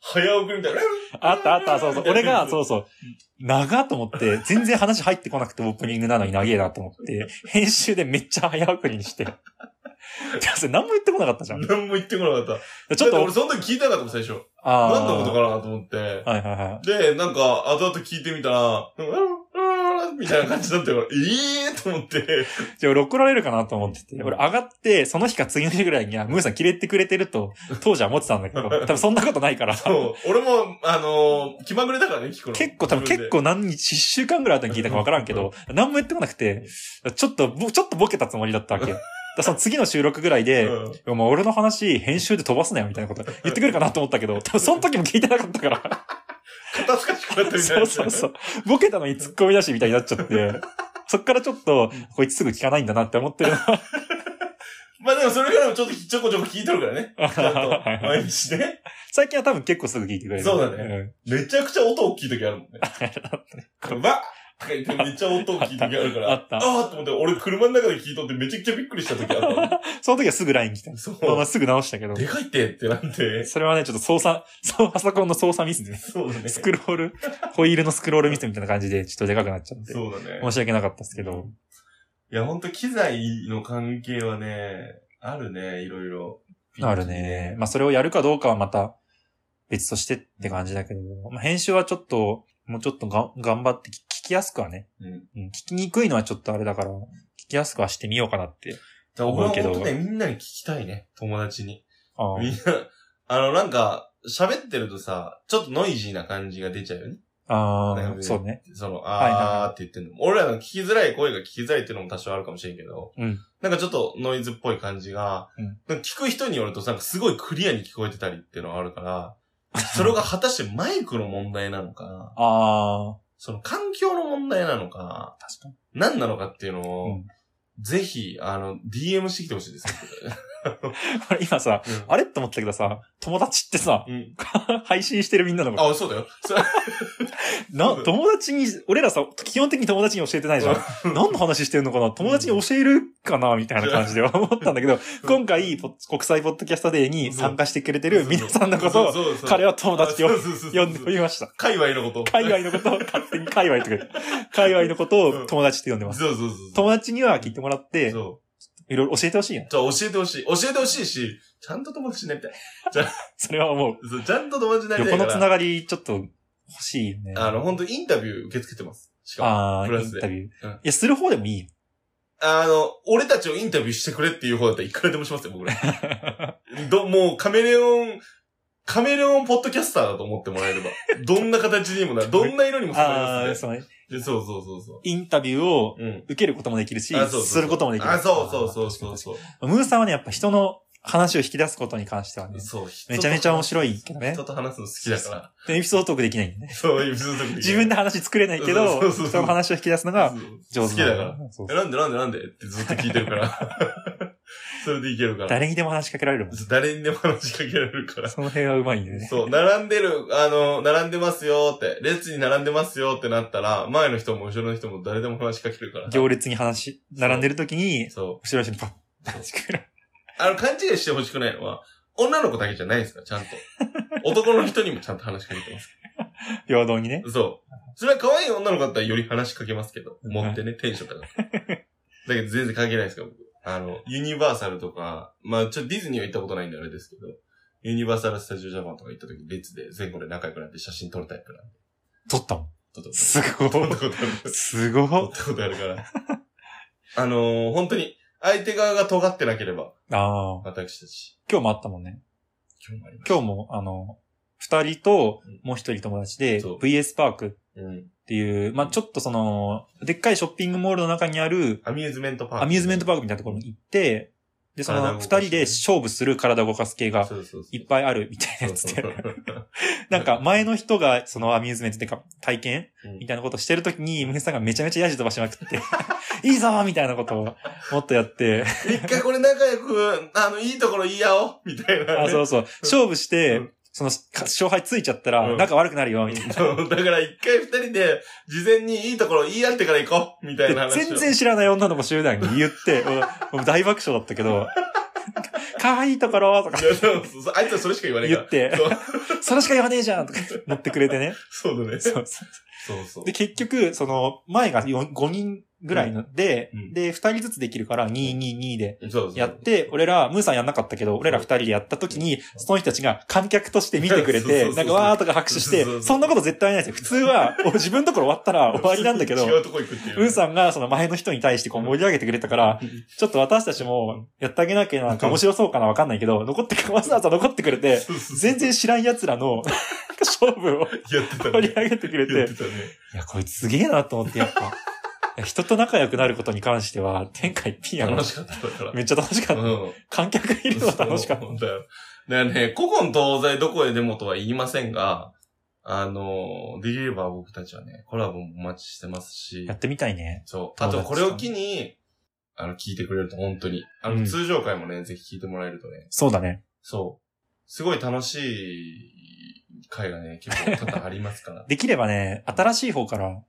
Speaker 1: 早送りみたいな。
Speaker 2: あったあった、そうそう、俺が、そうそう、長っと思って、全然話入ってこなくてオープニングなのに長えなと思って、編集でめっちゃ早送りにして、でも それ何も言ってこなかったじゃん。ち
Speaker 1: 何も言ってこなかっ。
Speaker 2: ょった
Speaker 1: ちょっと
Speaker 2: と
Speaker 1: 俺、その時聞いたかったもん、最初。
Speaker 2: あ
Speaker 1: 何のこと
Speaker 2: か
Speaker 1: かなと思って。
Speaker 2: はいはいはい。
Speaker 1: で、なんか、後々聞いてみたら、うん、うんうんみたいな感じだったから、ええー、と思っ て。
Speaker 2: じゃあ俺怒られるかなと思ってて、俺上がって、その日か次の日ぐらいには、ムーさんキレってくれてると、当時は思ってたんだけど、多分そんなことないから。
Speaker 1: そう。俺も、あのー気まぐれだからね、聞くの。
Speaker 2: 結構多分
Speaker 1: 自分
Speaker 2: 結
Speaker 1: で。
Speaker 2: 構何日、1週間ぐらい後に聞いたか分からんけど、何も言ってこなくて、ちょっとぼ、ちょっとボケたつもりだったわけよ。だからその次の収録ぐらいで、
Speaker 1: うん
Speaker 2: お前俺の話編集で飛ばすなよみたいなこと言ってくるかなと思ったけど、多分その時も聞いてなかっ たから。
Speaker 1: 肩透かしくなったみたい
Speaker 2: そ
Speaker 1: な。
Speaker 2: うそうそう。ボケたのに突っ込み出しみたいになっちゃって、そっからちょっと、こいつすぐ聞かないんだなって思ってる のは。
Speaker 1: まあでもそれからもちょっとちょこちょこ聞いとるから ね。ちゃんと
Speaker 2: はいはい
Speaker 1: 毎日ね。
Speaker 2: 最近は多分結構すぐ聞いてくれる。
Speaker 1: そうだね
Speaker 2: ん。
Speaker 1: めちゃくちゃ音大きい時ある もんね。うわっとか言ってめっちゃ音大きい時あるから。
Speaker 2: あったあった
Speaker 1: あーって思って、俺車の中で聞いとってめちゃくちゃびっくりした時あ った
Speaker 2: その時はすぐ LINE 来た
Speaker 1: もん。そう。
Speaker 2: まあまあすぐ直したけど。
Speaker 1: でかいってってなんて。
Speaker 2: それはね、ちょっと操作、そう、パソコンの操作ミスでね。
Speaker 1: そうだね。
Speaker 2: スクロール、ホイールのスクロールミスみたいな感じで、ちょっとでかくなっちゃって。
Speaker 1: そうだね。
Speaker 2: 申し訳なかったですけど。
Speaker 1: いや、ほんと機材の関係はね、あるね、いろいろ。
Speaker 2: あるね。。まあ、それをやるかどうかはまた別としてって感じだけど、まあ、編集はちょっと、もうちょっとがん頑張って聞聞きやすくはね、
Speaker 1: うん。
Speaker 2: うん聞きにくいのはちょっとあれだから、聞きやすくはしてみようかなって。
Speaker 1: だから俺は
Speaker 2: 思うけ
Speaker 1: ほん
Speaker 2: ど
Speaker 1: とね、みんなに聞きたいね、友達に。
Speaker 2: ああ
Speaker 1: みんな、あの、なんか、喋ってるとさ、ちょっとノイジーな感じが出ちゃうよね。
Speaker 2: あ
Speaker 1: なん
Speaker 2: あ、
Speaker 1: か
Speaker 2: そうね。
Speaker 1: その、
Speaker 2: いはい
Speaker 1: あーって言ってんのも。俺らの聞きづらい声が聞きづらいっていうのも多少あるかもしれんけど、
Speaker 2: うん。
Speaker 1: なんかちょっとノイズっぽい感じが、
Speaker 2: うん
Speaker 1: なんか聞く人によるとなんかすごいクリアに聞こえてたりっていうのがあるから、それが果たしてマイクの問題なのか、
Speaker 2: ああ、
Speaker 1: その環境の問題なのか、
Speaker 2: 確かに。
Speaker 1: 何なのかっていうのを、
Speaker 2: うん
Speaker 1: ぜひ、あの、DM してきてほしいです。
Speaker 2: これ今さ、
Speaker 1: うん
Speaker 2: あれって思ってたけどさ、友達ってさ、
Speaker 1: うん、
Speaker 2: 配信してるみんなのこと
Speaker 1: あ、そうだよ。そ
Speaker 2: な
Speaker 1: うん、
Speaker 2: 友達に、俺らさ、基本的に友達に教えてないじゃん。 何の話してるのかな友達に教えるかなみたいな感じでは思ったんだけど、今回、ポッ国際ポッドキャストデーに参加してくれてる皆さんのことを、
Speaker 1: を
Speaker 2: 彼
Speaker 1: は
Speaker 2: は友達って呼んでお
Speaker 1: る。
Speaker 2: りました。
Speaker 1: 界隈のこと。
Speaker 2: 海外のことを、勝手に海外とか、海外のことを友達って呼んでます。
Speaker 1: そうそうそうそう。
Speaker 2: 友達には聞いてもらって、
Speaker 1: そ
Speaker 2: いろいろ教えてほしいよね。
Speaker 1: じゃあ教えてほしい。教えてほしいし、ちゃんと友達になりたい。
Speaker 2: それは思う。
Speaker 1: そうちゃんと友達になりた
Speaker 2: 横
Speaker 1: いか
Speaker 2: の
Speaker 1: ら。
Speaker 2: つながり、ちょっと欲しいよね。
Speaker 1: あの、本当インタビュー受け付けてます。しかも。
Speaker 2: ああ、
Speaker 1: プラ
Speaker 2: イ
Speaker 1: ス
Speaker 2: ン
Speaker 1: で
Speaker 2: タビュー。
Speaker 1: うん
Speaker 2: いや、する方でもいいよ。
Speaker 1: あの、俺たちをインタビューしてくれっていう方だったらいくらでもしますよ、僕ら。 ど、もうカメレオン、カメレオンポッドキャスターだと思ってもらえれば。どんな形に もなる、どんな色にも染まり
Speaker 2: あ
Speaker 1: ま
Speaker 2: あ、
Speaker 1: すね。
Speaker 2: そのね、
Speaker 1: でそうそうそうそ
Speaker 2: インタビューを
Speaker 1: う。うん。
Speaker 2: 受けることもできるし、
Speaker 1: あそうそうそう
Speaker 2: することもできる。
Speaker 1: あ、そうそうそうそう
Speaker 2: そ。
Speaker 1: そう
Speaker 2: ムーさんはね、やっぱ人の話を引き出すことに関してはね
Speaker 1: う。、そう。人と
Speaker 2: めちゃめちゃ面白いけどね
Speaker 1: 人。と話すの好きだから。
Speaker 2: でエピソードトークできないんでね。
Speaker 1: そういう風俗
Speaker 2: 自分で話作れないけ
Speaker 1: そ
Speaker 2: ど、
Speaker 1: うそうそう
Speaker 2: 人の話を引き出すのが上
Speaker 1: 好
Speaker 2: 手
Speaker 1: き
Speaker 2: な
Speaker 1: だ
Speaker 2: の
Speaker 1: から。。
Speaker 2: そう
Speaker 1: え
Speaker 2: そう
Speaker 1: なんでなんでなんでってずっと聞いてる から。それでいけるから。
Speaker 2: 誰にでも話しかけられるもん。
Speaker 1: 誰にでも話しかけられるから。
Speaker 2: その辺はうまいんだよね。
Speaker 1: そう、並んでる、あの、並んでますよって、列に並んでますよってなったら、前の人も後ろの人も誰でも話しかけるから。
Speaker 2: 行列に話し、並んでる時に、
Speaker 1: そう。
Speaker 2: 後ろ足にパッ、話しかけられる
Speaker 1: あの、勘違いしてほしくないのは、女の子だけじゃないですから、ちゃんと。 男の人にもちゃんと話しかけてます。
Speaker 2: 平等にね。
Speaker 1: そう。それは可愛い女の子だったらより話しかけますけど、持ってね、テンション高く。だけど全然関係ないですから、僕。あの、ユニバーサルとか、まあちょっとディズニーは行ったことないんであれですけど、ユニバーサル・スタジオ・ジャパンとか行った時、列で前後で仲良くなって写真撮るタイプなんで。
Speaker 2: 撮ったもん。
Speaker 1: ちょっと
Speaker 2: すご
Speaker 1: 撮っ
Speaker 2: い
Speaker 1: た。 ことある
Speaker 2: すご
Speaker 1: 撮
Speaker 2: い
Speaker 1: っ。たことあるから。 あのー、本当に、相手側が尖ってなければ、
Speaker 2: ああ。
Speaker 1: 私たち。
Speaker 2: 今日もあったもんね。
Speaker 1: 今日もありました。
Speaker 2: 今日も、あの、二人と、もう一人友達で、
Speaker 1: そう
Speaker 2: VS パークっ
Speaker 1: うん。
Speaker 2: ていう、まあちょっとその、でっかいショッピングモールの中にある、
Speaker 1: アミューズメントパーク。
Speaker 2: アミューズメント
Speaker 1: パ
Speaker 2: パークみたいなところに行って、で、そ
Speaker 1: 体
Speaker 2: の
Speaker 1: 動か
Speaker 2: 二
Speaker 1: して
Speaker 2: 人で勝負する体動かす系が
Speaker 1: そうそうそう。
Speaker 2: いっぱいあるみたいなや
Speaker 1: そ
Speaker 2: つ
Speaker 1: う
Speaker 2: で
Speaker 1: そ、う
Speaker 2: なんか前の人がそのアミューズメントっていうか体験
Speaker 1: うん
Speaker 2: みたいなことしてるときに、ムヘさんがめちゃめちゃヤジ飛ばしまく って、いいぞーみたいなことをもっとやって、
Speaker 1: 一回これ仲良く、あの、いいところ言い合おうみたいなね、
Speaker 2: あ、そうそう、勝負し
Speaker 1: う
Speaker 2: て
Speaker 1: ん、
Speaker 2: その、か勝敗ついちゃったら
Speaker 1: う、ん
Speaker 2: 仲悪くなるよ、みたいな。
Speaker 1: そうだから一回二人で、事前にいいところ言い合ってから行こうみたいな話を。
Speaker 2: 全然知らない女の子集団に言って、 もうもう大爆笑だったけど、 可愛いところとか
Speaker 1: いやそうそうそうあいつはそれしか言わない
Speaker 2: 言
Speaker 1: か
Speaker 2: っ
Speaker 1: ら。
Speaker 2: て、
Speaker 1: そう
Speaker 2: それしか言わねえじゃんとか 乗ってくれてね。
Speaker 1: そうだね。
Speaker 2: そうそ
Speaker 1: そうそう
Speaker 2: うで、。結局、その、前が4 5人ぐらいので、
Speaker 1: うん
Speaker 2: で、2人ずつできるから、222で。
Speaker 1: そうそう
Speaker 2: やって、俺ら、ムーさんやんなかったけど、俺ら二人でやった時に、その人たちが観客として見てくれ
Speaker 1: そうそうそう
Speaker 2: て、
Speaker 1: そう
Speaker 2: なんかわーとか拍手し
Speaker 1: そうそうそう
Speaker 2: て、そんなこと絶対ないですよ。普通は、お自分のところ終わったら終わりなんだけど、
Speaker 1: 違うとこ行くっていう。
Speaker 2: ムーさんがその前の人に対してこう盛り上げてくれたから、ちょっと私たちもやってあげなきゃなんか面白そうかなわかんないけど、残って、わざわざ残ってくれて、
Speaker 1: そうそうそう
Speaker 2: 全然知らん奴らの勝負を
Speaker 1: やってたね
Speaker 2: 盛り上げてくれ
Speaker 1: や って
Speaker 2: て、
Speaker 1: たね。
Speaker 2: いや、こいつすげえなと思って、やっぱ。いや人と仲良くなることに関しては、天下一品やな
Speaker 1: 楽。しかっただから。
Speaker 2: めっちゃ楽しかった。
Speaker 1: うん。
Speaker 2: 観客がいるのは楽しかった。
Speaker 1: そうだよ。だからね、古今東西どこへでもとは言いませんが、あの、できれば僕たちはね、コラボもお待ちしてますし
Speaker 2: や、ってみたいね。
Speaker 1: そう。あとこれを機に、あの、聞いてくれると本当に。あの、
Speaker 2: うん
Speaker 1: 通常回もね、ぜひ聞いてもらえるとね、
Speaker 2: そうだね。。
Speaker 1: そう。すごい楽しい回がね、結構多々ありますから
Speaker 2: できればね、新しい方から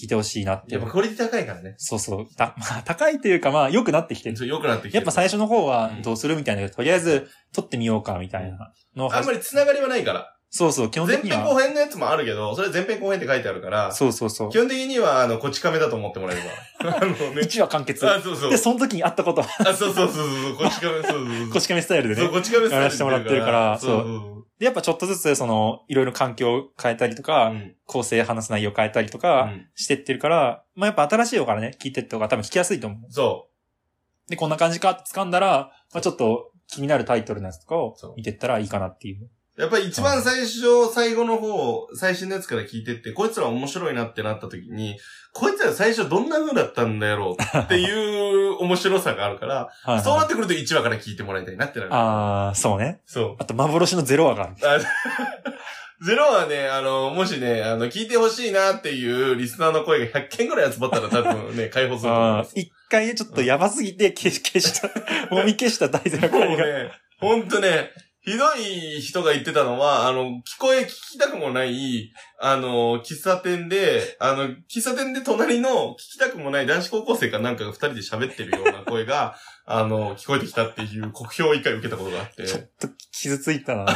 Speaker 2: 聞いてほしいなって
Speaker 1: やっ。ぱクオリティ高いからね。
Speaker 2: そうそう。たまあ、高いというか、まあ、良くなってきてる。
Speaker 1: そう良くなってきて
Speaker 2: や
Speaker 1: る
Speaker 2: っぱ最初の方は
Speaker 1: うん
Speaker 2: どうするみたいな、とりあえず撮ってみようかみたいなのを
Speaker 1: あんまり繋がりはないから。
Speaker 2: そうそう、基本
Speaker 1: 前
Speaker 2: 的に
Speaker 1: 編後
Speaker 2: は。
Speaker 1: 編のやつもあるけど、それ前編後編って書いてあるから、
Speaker 2: そうそうそう
Speaker 1: 基。本的には、あの、こち亀だと思ってもらえれ ば。あのね。
Speaker 2: 1話完結。
Speaker 1: あ、そうそう
Speaker 2: で、。その時にあったこと、
Speaker 1: あ、そうそうそうそう。こち亀、そうそうそう。
Speaker 2: 腰かめスタイルで
Speaker 1: そう、
Speaker 2: ね。
Speaker 1: こち亀
Speaker 2: やらせてもらってるから
Speaker 1: そう
Speaker 2: で、やっぱちょっとずつ、その、いろいろ環境を変えたりとか、
Speaker 1: そう。うん。
Speaker 2: 構成話す内容を変えたりと
Speaker 1: う
Speaker 2: か、
Speaker 1: ん
Speaker 2: してってるから、まあやっぱ新しい方からね、聞いてって方が多分聞きやすいと思。
Speaker 1: そう
Speaker 2: で、こんな感じかって掴んだら、まあちょっと気になるタイトルのやつとかを
Speaker 1: そう
Speaker 2: 見てったらいいかなっていう。
Speaker 1: う。やっぱり一番最初、最後の方、最新のやつから聞いてって、こいつら面白いなってなった時に、こいつら最初どんな風だったんだやろうっていう面白さがあるから、
Speaker 2: はいはい
Speaker 1: そうなってくると1話から聞いてもらいたいなってなる。
Speaker 2: あー、そうね。
Speaker 1: そう。
Speaker 2: あと、幻のゼロ話がある。
Speaker 1: あ ゼロはね、あの、もしね、あの、聞いてほしいなっていうリスナーの声が100件ぐらい集まったら多分 ね、解放すると思い
Speaker 2: あ
Speaker 1: ま
Speaker 2: ー
Speaker 1: す。
Speaker 2: 一回ね、ちょっとやばすぎて消し、消した、揉み消した大ゼロ
Speaker 1: もう
Speaker 2: 回が。
Speaker 1: ね、ほんとね、ひどい人が言ってたのは、あの、聞こえ聞きたくもない、あの、喫茶店で、あの、喫茶店で隣の聞きたくもない男子高校生かなんかが二人で喋ってるような声が、 あの、聞こえてきたっていう酷評を一回受けたことがあって。
Speaker 2: ちょっと傷ついたなっ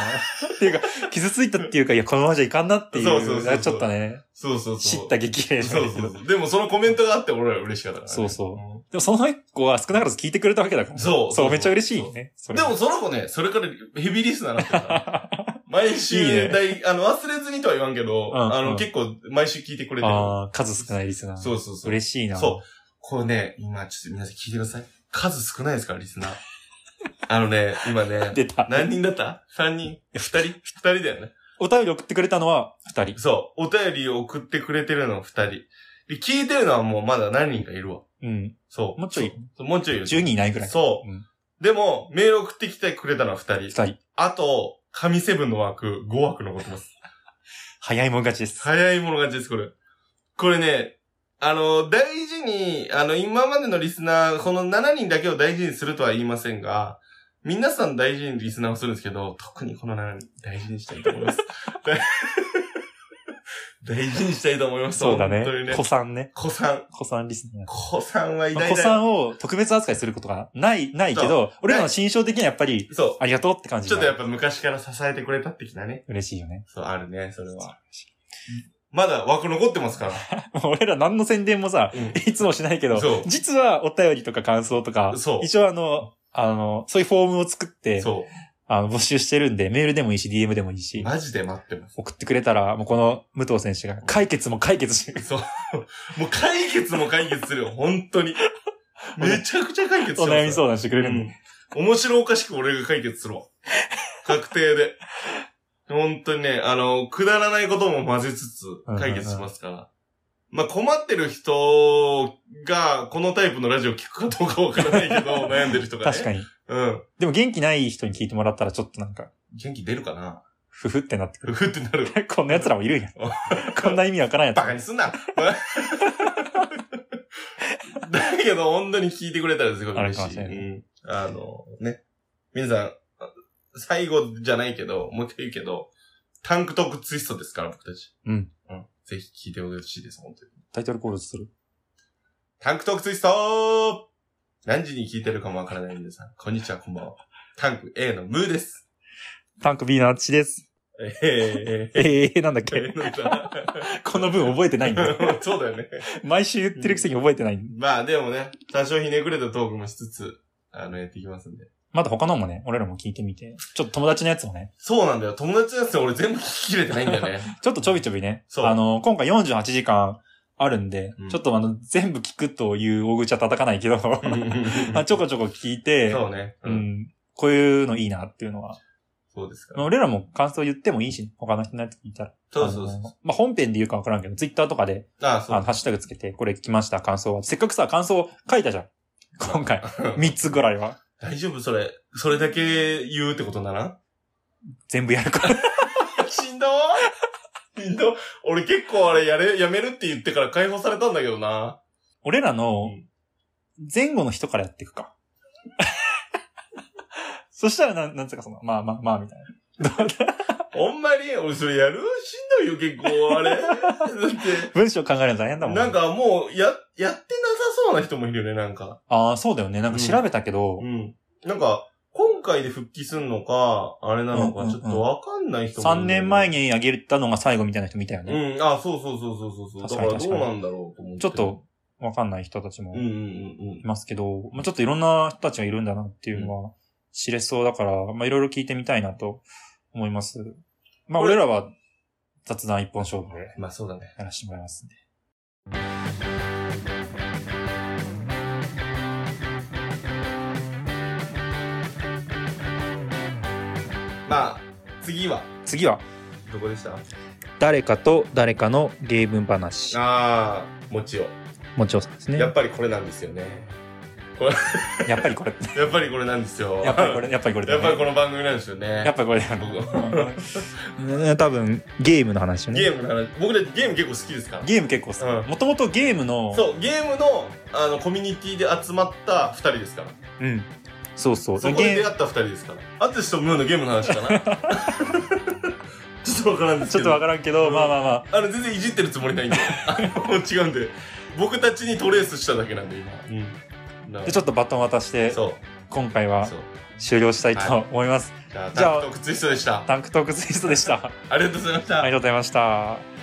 Speaker 2: ていうか、傷ついたっていうか、いや、このままじゃいかんなっていう。
Speaker 1: そうそうそうそう
Speaker 2: ちょっとね、
Speaker 1: そうそうそう。
Speaker 2: 知った激励だ
Speaker 1: そう
Speaker 2: け
Speaker 1: そう
Speaker 2: ど。
Speaker 1: そう。でもそのコメントがあって俺は嬉しかったから、ね。
Speaker 2: そうそう
Speaker 1: うん。
Speaker 2: もその一個は少なからず聞いてくれたわけだから。
Speaker 1: そう
Speaker 2: そう、めっちゃ嬉
Speaker 1: そうそ
Speaker 2: し
Speaker 1: う
Speaker 2: いね。それ
Speaker 1: でもその子ね、それからヘビーリスナーになってるから。 毎週
Speaker 2: いいね
Speaker 1: 大あの、忘れずにとは言わんけど、
Speaker 2: うん
Speaker 1: あの、
Speaker 2: うん
Speaker 1: 結構毎週聞いてくれてる。
Speaker 2: ああ、数少ないリスナー。
Speaker 1: そうそうそう。
Speaker 2: 嬉しいな。
Speaker 1: そう。これね、今ちょっと皆さん聞いてください。数少ないですから、リスナー。 あのね、今ね、
Speaker 2: 出た。
Speaker 1: 何人だった ?3 人 ?2 人 ?2 人だよね。
Speaker 2: お便り送ってくれたのは二人。
Speaker 1: そう。お便りを送ってくれてるの2人。で、聞いてるのはもうまだ何人かいるわ。
Speaker 2: うん。
Speaker 1: そう。
Speaker 2: もうちょい
Speaker 1: そう。もうちょいいる。
Speaker 2: 10人いないぐらい。。
Speaker 1: そう
Speaker 2: ん。
Speaker 1: う。でも、メール送ってきてくれたのは2
Speaker 2: 二
Speaker 1: 人。
Speaker 2: 人。
Speaker 1: あと、神セブンの枠、5枠残ってます。
Speaker 2: 早いもん勝ちです。
Speaker 1: 早いもの勝ちです、これ。これね、あの、大事に、あの、今までのリスナー、この7人だけを大事にするとは言いませんが、皆さん大事にリスナーをするんですけど、特にこの7人、大事にしたいと思います。 大事にしたいと思います。
Speaker 2: そうだね
Speaker 1: 本当に。ね
Speaker 2: 子。さんね。
Speaker 1: 子さん。
Speaker 2: 子さんリスナー。
Speaker 1: 子さんは偉
Speaker 2: まあ
Speaker 1: 大
Speaker 2: 子
Speaker 1: だよ。
Speaker 2: さんを特別扱いすることがない、ないけど、俺らの心象的にはやっぱり、
Speaker 1: そ
Speaker 2: ありがとうって感
Speaker 1: う。
Speaker 2: じ
Speaker 1: ちょっとやっ
Speaker 2: が
Speaker 1: ぱ昔から支えてくれた的なね。
Speaker 2: 嬉しいよね。
Speaker 1: そう、あるね、それは。まだ枠残ってますから。
Speaker 2: 俺ら何の宣伝もさ、
Speaker 1: う
Speaker 2: いつもしないけど
Speaker 1: そう、
Speaker 2: 実はお便りとか感想とか
Speaker 1: ん。、そ
Speaker 2: 一応あの、あの、そういうフォームを作っ
Speaker 1: う。
Speaker 2: て、
Speaker 1: そ。
Speaker 2: あの、募集してるんで、メールでもいいし、DM でもいいうし、
Speaker 1: マジで待ってます。
Speaker 2: 送ってくれたら、もうこの武藤選手が解決も解決してくれ る。
Speaker 1: そう。もう解決も解決するよ、本当に。めちゃくちゃ解決する。
Speaker 2: お悩み
Speaker 1: う。
Speaker 2: 相談してく
Speaker 1: う
Speaker 2: れるんで。
Speaker 1: ん。面白おかしく俺が解決するわ。確定で。本当にね、あの、くだらないことも混ぜつつ解決しますから。まあ、困ってる人が、このタイプのラジオ聞くかどうかわからないけ ど、悩んでる人がね。
Speaker 2: 確かに。
Speaker 1: うん。
Speaker 2: でも元気ない人に聞いてもらったら、ちょっとなんか、
Speaker 1: 元気出るかな
Speaker 2: ふふってなって
Speaker 1: ふ
Speaker 2: く
Speaker 1: ふってなる。
Speaker 2: る。 こんな奴らも いるんや。こんな意味わからんやつ
Speaker 1: バ。カにすんな だけど、本当に聞いてくれたらすごい嬉し
Speaker 2: あれかも
Speaker 1: い。
Speaker 2: しれない
Speaker 1: うんあの、ね。皆さん、最後じゃないけど、もう一回言うけど、タンクトークツイストですから、僕たち。
Speaker 2: うん。
Speaker 1: うん。ぜひ聞いてほしいです、本当に。
Speaker 2: タイトルコールする。
Speaker 1: タンクトークツイスト何時に聞いてるかもわからない皆さん。こんにちは、こんばんは。タンク A のムーです。
Speaker 2: タンク B のあっちです。
Speaker 1: えー、え
Speaker 2: ええなんだ っ
Speaker 1: ー、え
Speaker 2: け
Speaker 1: ー、なんだ
Speaker 2: この分覚えてないんだ。
Speaker 1: そうだよね。
Speaker 2: 毎週言ってるくせに覚えてない。
Speaker 1: まあでもね、多少ひねくれたトークもしつつ、あの、やっていきますんで。
Speaker 2: まだ他のもね、俺らも聞いてみて。ちょっと友達のやつもね、
Speaker 1: そうなんだよ。友達のやつ俺全部聞き切れてないんだよね。
Speaker 2: ちょっとちょびちょびね。
Speaker 1: そう
Speaker 2: あの、今回48時間あるんで、
Speaker 1: うん
Speaker 2: ちょっとあの、全部聞くという大口は叩かないけど、 まあちょこちょこ聞いて、
Speaker 1: そうね。
Speaker 2: う、
Speaker 1: うんん。
Speaker 2: こういうのいいなっていうのは。
Speaker 1: そうですから。
Speaker 2: 俺らも感想言ってもいいし、他の人のやつ聞いたら。
Speaker 1: そうそうそ
Speaker 2: あ
Speaker 1: う。
Speaker 2: のまあ本編で言うかわからんけど、ツイッターとかで、
Speaker 1: ああ、そ
Speaker 2: あの、
Speaker 1: う。
Speaker 2: ハッシュタグつけて、これ聞きました、感想は。せっかくさ、感想書いたじゃん。今回。3つぐらいは。
Speaker 1: 大丈夫それ。それだけ言うってことなら
Speaker 2: 全部やるから。
Speaker 1: しんどー しんど俺結構あれやれ、やめるって言ってから解放されたんだけどな。
Speaker 2: 俺ら
Speaker 1: う
Speaker 2: の
Speaker 1: ん
Speaker 2: 前後の人からやっていくか。 そしたら、なん、なんつうかその、まあまあまあみたいな。
Speaker 1: ほんまに俺それやるしんどいよ結構あれ。だ って、
Speaker 2: 文章考えるの大変だもん。
Speaker 1: なんかもう、や、やってなさそうな人もいるよね、なんか。
Speaker 2: ああ、そうだよね。なんか調べたけど、
Speaker 1: うん。なんか、今回で復帰すんのか、あれなの
Speaker 2: う
Speaker 1: か、
Speaker 2: んうん
Speaker 1: ち
Speaker 2: う
Speaker 1: ょ
Speaker 2: ん
Speaker 1: っとわかんない人もい
Speaker 2: 3
Speaker 1: るんだよね
Speaker 2: 年前。にあげたのが最後みたいな人みたいよね。
Speaker 1: うん、あ、そうそうそうそうそう。
Speaker 2: 確
Speaker 1: だ
Speaker 2: か
Speaker 1: か
Speaker 2: に
Speaker 1: らどうなんだろうと思って。
Speaker 2: ちょっと。わかんない人たちも
Speaker 1: うんうん
Speaker 2: い
Speaker 1: うんうん。
Speaker 2: ますけど、まあちょっといろんな人たちがいるんだなっていうのは知れそうだから、まあいろいろ聞いてみたいなと思います。まあ
Speaker 1: これ
Speaker 2: 俺らは雑談一本勝負で
Speaker 1: まあそうだね。
Speaker 2: やらせてもらいますんで。
Speaker 1: まあ、次は、
Speaker 2: 次は、
Speaker 1: どこでした
Speaker 2: 誰かと誰かのゲーム話。
Speaker 1: あー、もちよ。
Speaker 2: もちろんですね。
Speaker 1: やっぱりこれなんですよね。
Speaker 2: やっぱり これ。
Speaker 1: やっぱりこれなんですよ。
Speaker 2: やっぱりこ。れ。やっぱりこれだ
Speaker 1: や
Speaker 2: よ
Speaker 1: っ
Speaker 2: ね、
Speaker 1: ぱりこの番組なんですよね。
Speaker 2: やっぱりこれだよね。うん多分、ゲームの話よね。
Speaker 1: ゲームの話、僕らゲーム結構好きですから。
Speaker 2: ゲーム結構好
Speaker 1: う
Speaker 2: き。もともとゲームの、
Speaker 1: そう、ゲームの、あの、コミュニティで集まった二人ですから。
Speaker 2: うん。そうそう。
Speaker 1: そこで
Speaker 2: ゲ
Speaker 1: 出
Speaker 2: ー
Speaker 1: 会った二人ですから。アツシとムーのゲームの話かな。 ちょっとわからんで
Speaker 2: ム
Speaker 1: す
Speaker 2: ち
Speaker 1: け
Speaker 2: ょっ
Speaker 1: ど。
Speaker 2: とわからんけど、
Speaker 1: うん
Speaker 2: まあまあまあ。
Speaker 1: あの、全然いじってるつもりないんで。あの違うんで。僕たちにトレースしただけなんで、今。うん。だから
Speaker 2: で、ちょっとバトン渡して、
Speaker 1: そう。
Speaker 2: 今回は
Speaker 1: そう。
Speaker 2: 終了したいと思います。
Speaker 1: じゃあ、
Speaker 2: じゃあ
Speaker 1: タンクトークツイストでした。
Speaker 2: タンクトークツイストでした。あ
Speaker 1: ありがとうございました。
Speaker 2: りがとうございました。